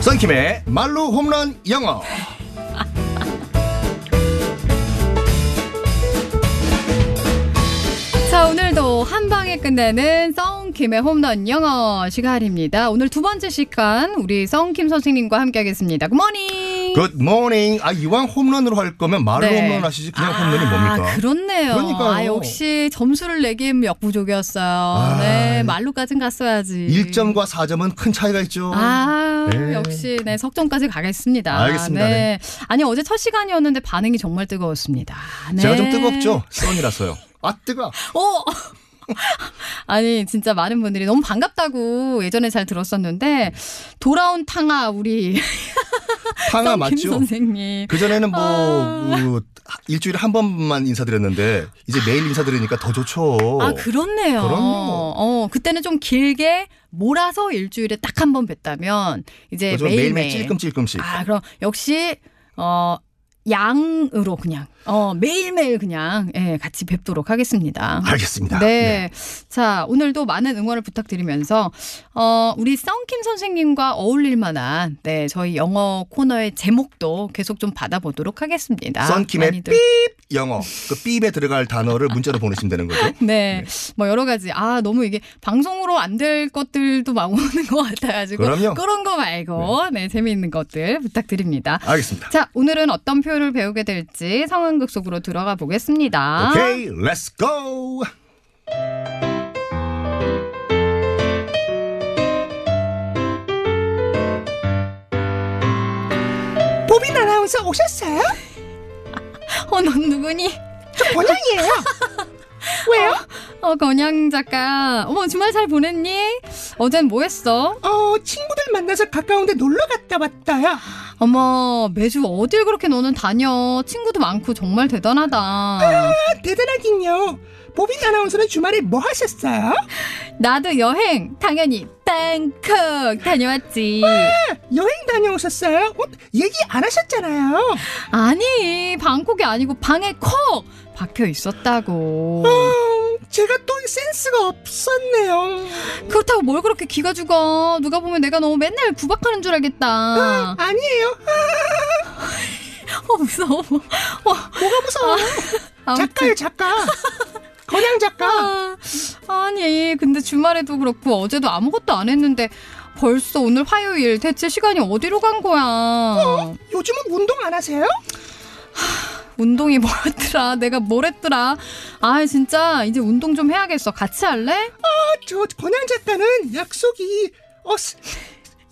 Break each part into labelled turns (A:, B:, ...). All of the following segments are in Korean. A: 썬킴의 말로 홈런 영어.
B: 자, 오늘도 한 방에 끝내는 썬킴의 홈런 영어 시간입니다. 오늘 두 번째 시간 우리 썬킴 선생님과 함께하겠습니다. 굿모닝.
A: Good morning. 아 이왕 홈런으로 할 거면 말로
B: 네.
A: 그 홈런 하시지 그냥
B: 아,
A: 홈런이 뭡니까?
B: 그렇네요.
A: 그러니까요.
B: 아, 역시 점수를 내기엔 역부족이었어요.
A: 아.
B: 네, 말로까진 갔어야지.
A: 1점과 4점은 큰 차이가 있죠.
B: 아,
A: 네.
B: 역시 네, 석점까지 가겠습니다.
A: 알겠습니다. 네.
B: 아니, 어제 첫 시간이었는데 반응이 정말 뜨거웠습니다. 네.
A: 제가 좀 뜨겁죠. 썬이라서요. 아 뜨거.
B: 어! 아니 진짜 많은 분들이 너무 반갑다고 예전에 잘 들었었는데 돌아온 탕아 우리
A: 탕아
B: 썬킴
A: 맞죠?
B: 선생님
A: 그 전에는 뭐
B: 아.
A: 그, 일주일에 한 번만 인사드렸는데 이제 매일 인사드리니까 더 좋죠.
B: 아 그렇네요.
A: 어. 그럼요.
B: 어 그때는 좀 길게 몰아서 일주일에 딱 한 번 뵀다면 이제
A: 요즘
B: 매일
A: 매일매일 찔끔찔끔씩.
B: 아 그럼 역시 어 양으로 그냥 어 매일 매일 그냥 예 같이 뵙도록 하겠습니다.
A: 알겠습니다.
B: 네. 자, 오늘도 많은 응원을 부탁드리면서, 어, 우리 썬킴 선생님과 어울릴 만한, 네, 저희 영어 코너의 제목도 계속 좀 받아보도록 하겠습니다.
A: 썬킴의
B: 많이들.
A: 영어 그 삐입에 들어갈 단어를 문자로 보내시면 되는 거죠.
B: 네. 뭐 여러 가지. 아, 너무 이게 방송으로 안 될 것들도 막 오는 것 같아가지고.
A: 그럼요.
B: 런거 말고, 네, 재미있는 것들 부탁드립니다.
A: 알겠습니다.
B: 자, 오늘은 어떤 표현을 배우게 될지 상황극 속으로 들어가 보겠습니다.
A: 오케이, 렛츠 고.
C: 보빈 아나운서 오셨어요?
B: 어, 넌 누구니?
C: 저 권양이에요.
B: 아.
C: 왜요?
B: 어, 건양 작가. 어머, 주말 잘 보냈니? 어젠 뭐 했어?
C: 어, 친구들 만나서 가까운데 놀러 갔다 왔다요. 아,
B: 어머, 매주 어딜 그렇게 너는 다녀. 친구도 많고 정말 대단하다.
C: 아, 대단하긴요. 보빈 아나운서는 주말에 뭐 하셨어요?
B: 나도 여행, 당연히, 땡콕 다녀왔지.
C: 여행 다녀오셨어요? 어, 얘기 안 하셨잖아요.
B: 아니, 방콕이 아니고 방에 콕! 박혀 있었다고.
C: 어, 제가 또 센스가 없었네요.
B: 그렇다고 뭘 그렇게 기가 죽어. 누가 보면 내가 너 맨날 구박하는 줄 알겠다.
C: 아니에요.
B: 어, 무서워. 어,
C: 뭐가 무서워?
B: 아무튼.
C: 작가요, 작가. 권양 작가.
B: 아, 아니 근데 주말에도 그렇고 어제도 아무것도 안 했는데 벌써 오늘 화요일 대체 시간이 어디로 간 거야?
C: 요즘은 운동 안 하세요? 아,
B: 운동이 뭐였더라? 내가 뭘 했더라? 아 진짜 이제 운동 좀 해야겠어. 같이 할래?
C: 아, 저 권양 작가는 약속이 어, 스-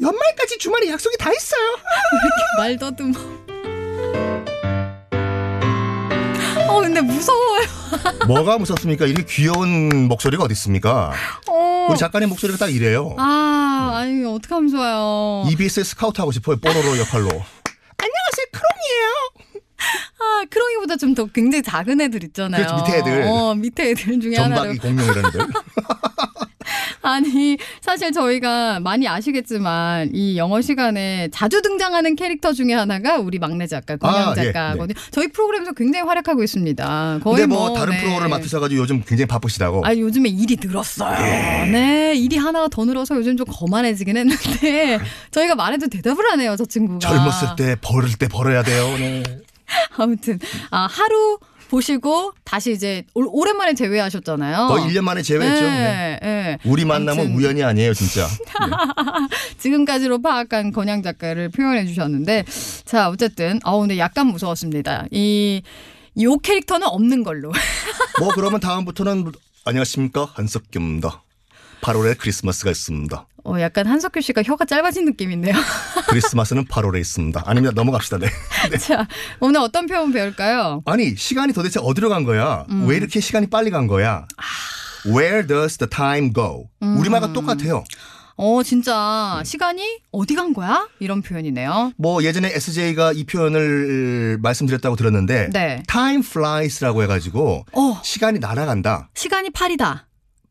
C: 연말까지 주말에 약속이 다 있어요.
B: 말 더듬어. 어 근데 무서워요.
A: 뭐가 무섭습니까? 이렇게 귀여운 목소리가 어디 있습니까?
B: 어.
A: 우리 작가님 목소리가 딱 이래요.
B: 아 아니 어떡하면 좋아요.
A: EBS에 스카우트 하고 싶어요. 뽀로로 역할로.
C: 안녕하세요, 크롱이에요.
B: 아 크롱이보다 좀 더 굉장히 작은 애들 있잖아요.
A: 그렇죠, 밑에 애들.
B: 어 밑에 애들 중에 하나로.
A: 전박이 공룡이라는데.
B: 아니 사실 저희가 많이 아시겠지만 이 영어 시간에 자주 등장하는 캐릭터 중에 하나가 우리 막내 작가 권양
A: 아, 예,
B: 작가거든요. 저희 프로그램에서 굉장히 활약하고 있습니다. 거의
A: 근데 뭐 다른
B: 네.
A: 프로를 맡으셔가지고 요즘 굉장히 바쁘시다고.
B: 아 요즘에 일이 늘었어요.
A: 예.
B: 네 일이 하나가 더 늘어서 요즘 좀 거만해지긴 했는데 저희가 말해도 대답을 안 해요 저 친구가.
A: 젊었을
B: 아.
A: 때 벌을 때 벌어야 돼요. 네.
B: 아무튼 아 하루 보시고 다시 이제 올- 오랜만에 제외하셨잖아요.
A: 거의 1년 만에 제외했죠. 네.
B: 어. 네, 네.
A: 우리 만남은
B: 아무튼.
A: 우연이 아니에요, 진짜.
B: 지금까지로 파악한 권양 작가를 표현해 주셨는데 자 어쨌든 어 근데 약간 무서웠습니다. 이 요 캐릭터는 없는 걸로.
A: 뭐 그러면 다음부터는 안녕하십니까 한석규입니다. 8월에 크리스마스가 있습니다.
B: 어, 약간 한석규 씨가 혀가 짧아진 느낌인데요.
A: 크리스마스는 8월에 있습니다. 아닙니다. 넘어갑시다. 네.
B: 자, 오늘 어떤 표현 배울까요?
A: 아니 시간이 도대체 어디로 간 거야?
B: 음.
A: 왜 이렇게 시간이 빨리 간 거야? Where does the time go?
B: 음.
A: 우리말과 똑같아요.
B: 어, 진짜 시간이 어디 간 거야? 이런 표현이네요.
A: 뭐 예전에 SJ가 이 표현을 말씀드렸다고 들었는데
B: 네.
A: time flies라고 해가지고
B: 어,
A: 시간이 날아간다.
B: 시간이 파리다.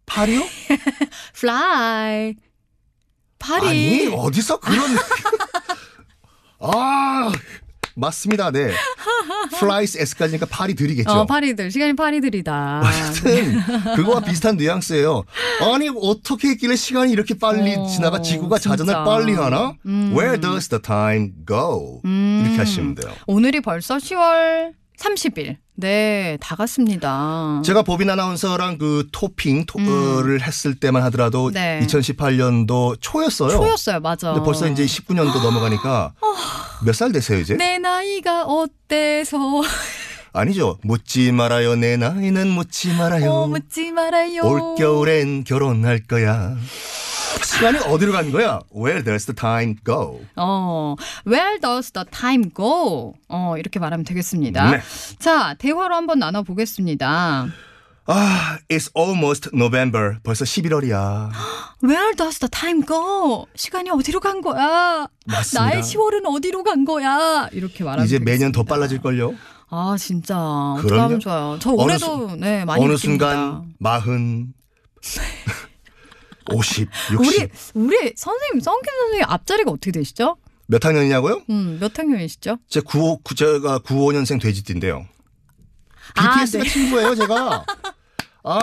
A: 파리요?
B: fly. 어,
A: 어,
B: 파리.
A: 아니 어디서 그런 아 맞습니다. 네. flies s까지니까 파리 들이겠죠.
B: 어, 파리들 시간이 파리들이다.
A: 하여튼 그거와 비슷한 뉘앙스예요. 아니 어떻게 했길래 시간이 이렇게 빨리
B: 어,
A: 지나가 지구가
B: 진짜.
A: 자전을 빨리 하나?
B: 음.
A: Where does the time go?
B: 음.
A: 이렇게 하시면 돼요.
B: 오늘이 벌써 10월 30일. 네, 다 갔습니다.
A: 제가 보빈 아나운서랑 그 토핑을 했을 때만 하더라도
B: 음. 네.
A: 2018년도 초였어요.
B: 초였어요, 맞아.
A: 근데 벌써 이제 19년도 넘어가니까 몇 살 되세요 이제?
B: 내 나이가 어때서
A: 아니죠. 묻지 말아요 내 나이는 묻지 말아요.
B: 어, 묻지 말아요.
A: 올 겨울엔 결혼할 거야. 시간이 어디로 간 거야? Where does the time go?
B: 어, where does the time go? 어, 이렇게 말하면 되겠습니다.
A: 네.
B: 자, 대화로 한번 나눠보겠습니다.
A: 아, it's almost November. 벌써 11월이야.
B: Where does the time go? 시간이 어디로 간 거야?
A: 맞습니다.
B: 나의 10월은 어디로 간 거야? 이렇게 말하면
A: 이제 매년 더
B: 되겠습니다.
A: 빨라질 걸요.
B: 아, 진짜.
A: 그럼요.
B: 어떡하면 좋아요. 저
A: 어느
B: 올해도 네, 많이
A: 어느
B: 느낍니다.
A: 순간 마흔, 50, 60.
B: 우리 우리 선생님 성김 선생님 앞자리가 어떻게 되시죠?
A: 몇 학년이냐고요?
B: 음, 몇 학년이시죠?
A: 제 95, 구- 제가 95년생 돼지띠인데요.
B: 아,
A: BTS가
B: 네.
A: 친구예요, 제가. 아,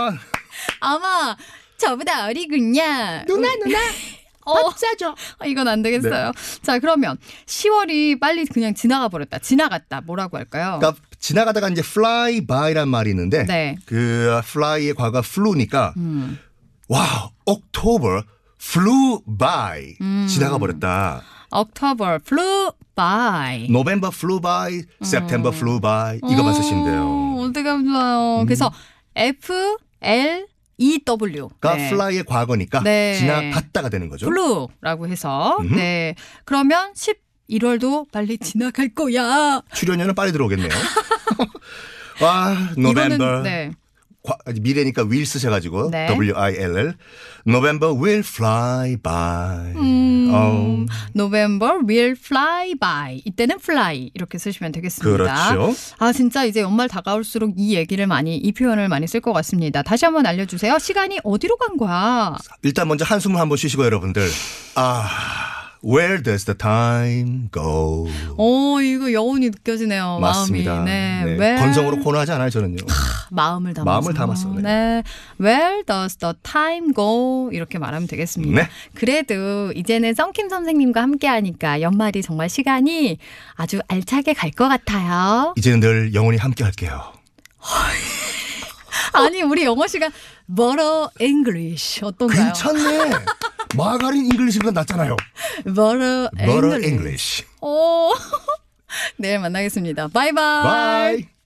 B: 아마 저보다 어리군요.
C: 누나 누나
B: 어, 아,
C: 밥 사줘.
B: 이건 안 되겠어요.
A: 네.
B: 자, 그러면 10월이 빨리 그냥 지나가 버렸다. 지나갔다. 뭐라고 할까요?
A: 그러니까 지나가다가 이제 fly by란 말이 있는데
B: 어. 네.
A: 그 fly의 과거 flew니까
B: 음.
A: 와, October flew by
B: 음.
A: 지나가 버렸다.
B: October flew by.
A: November flew by,
B: 음.
A: September flew by 뭐, 이거만 쓰시면 돼요. 음.
B: 어떻게 하면 좋아요. 그래서 F L E W.
A: 그러니까 fly의 과거니까
B: 네.
A: 지나갔다가 되는 거죠.
B: 블루라고 해서
A: 음흠.
B: 네 그러면 11월도 빨리 지나갈 거야.
A: 출연료는 빨리 들어오겠네요. 와, November
B: 이거는 네.
A: 과- 미래니까 will 쓰셔가지고
B: 네.
A: W I L L November will fly by.
B: 음,
A: 어우,
B: November will fly by. 이때는 fly 이렇게 쓰시면 되겠습니다.
A: 그렇죠.
B: 아 진짜 이제 연말 다가올수록 이 얘기를 많이 이 표현을 많이 쓸 것 같습니다. 다시 한번 알려주세요. 시간이 어디로 간 거야?
A: 일단 먼저 한숨을 한번 쉬시고 여러분들. 아, where does the time go?
B: 오 어, 이거 여운이 느껴지네요.
A: 맞습니다.
B: 마음이. 네.
A: 네.
B: where-
A: 건성으로 코너하지 않아요, 저는요.
B: 마음을 담아서.
A: 마음을 담았어, 네.
B: 네. Where does the time go? 이렇게 말하면 되겠습니다.
A: 네.
B: 그래도 이제는 썬킴 선생님과 함께하니까 연말이 정말 시간이 아주 알차게 갈 것 같아요.
A: 이제는 늘 영원히 함께 할게요.
B: 아니 우리 영어 시간 멀어 English 어떤가요?
A: 괜찮네. 마가린 잉글리시보다 낫잖아요.
B: 멀어
A: Butter
B: English.
A: English.
B: 오. 내일 만나겠습니다. 바이바이.
A: Bye.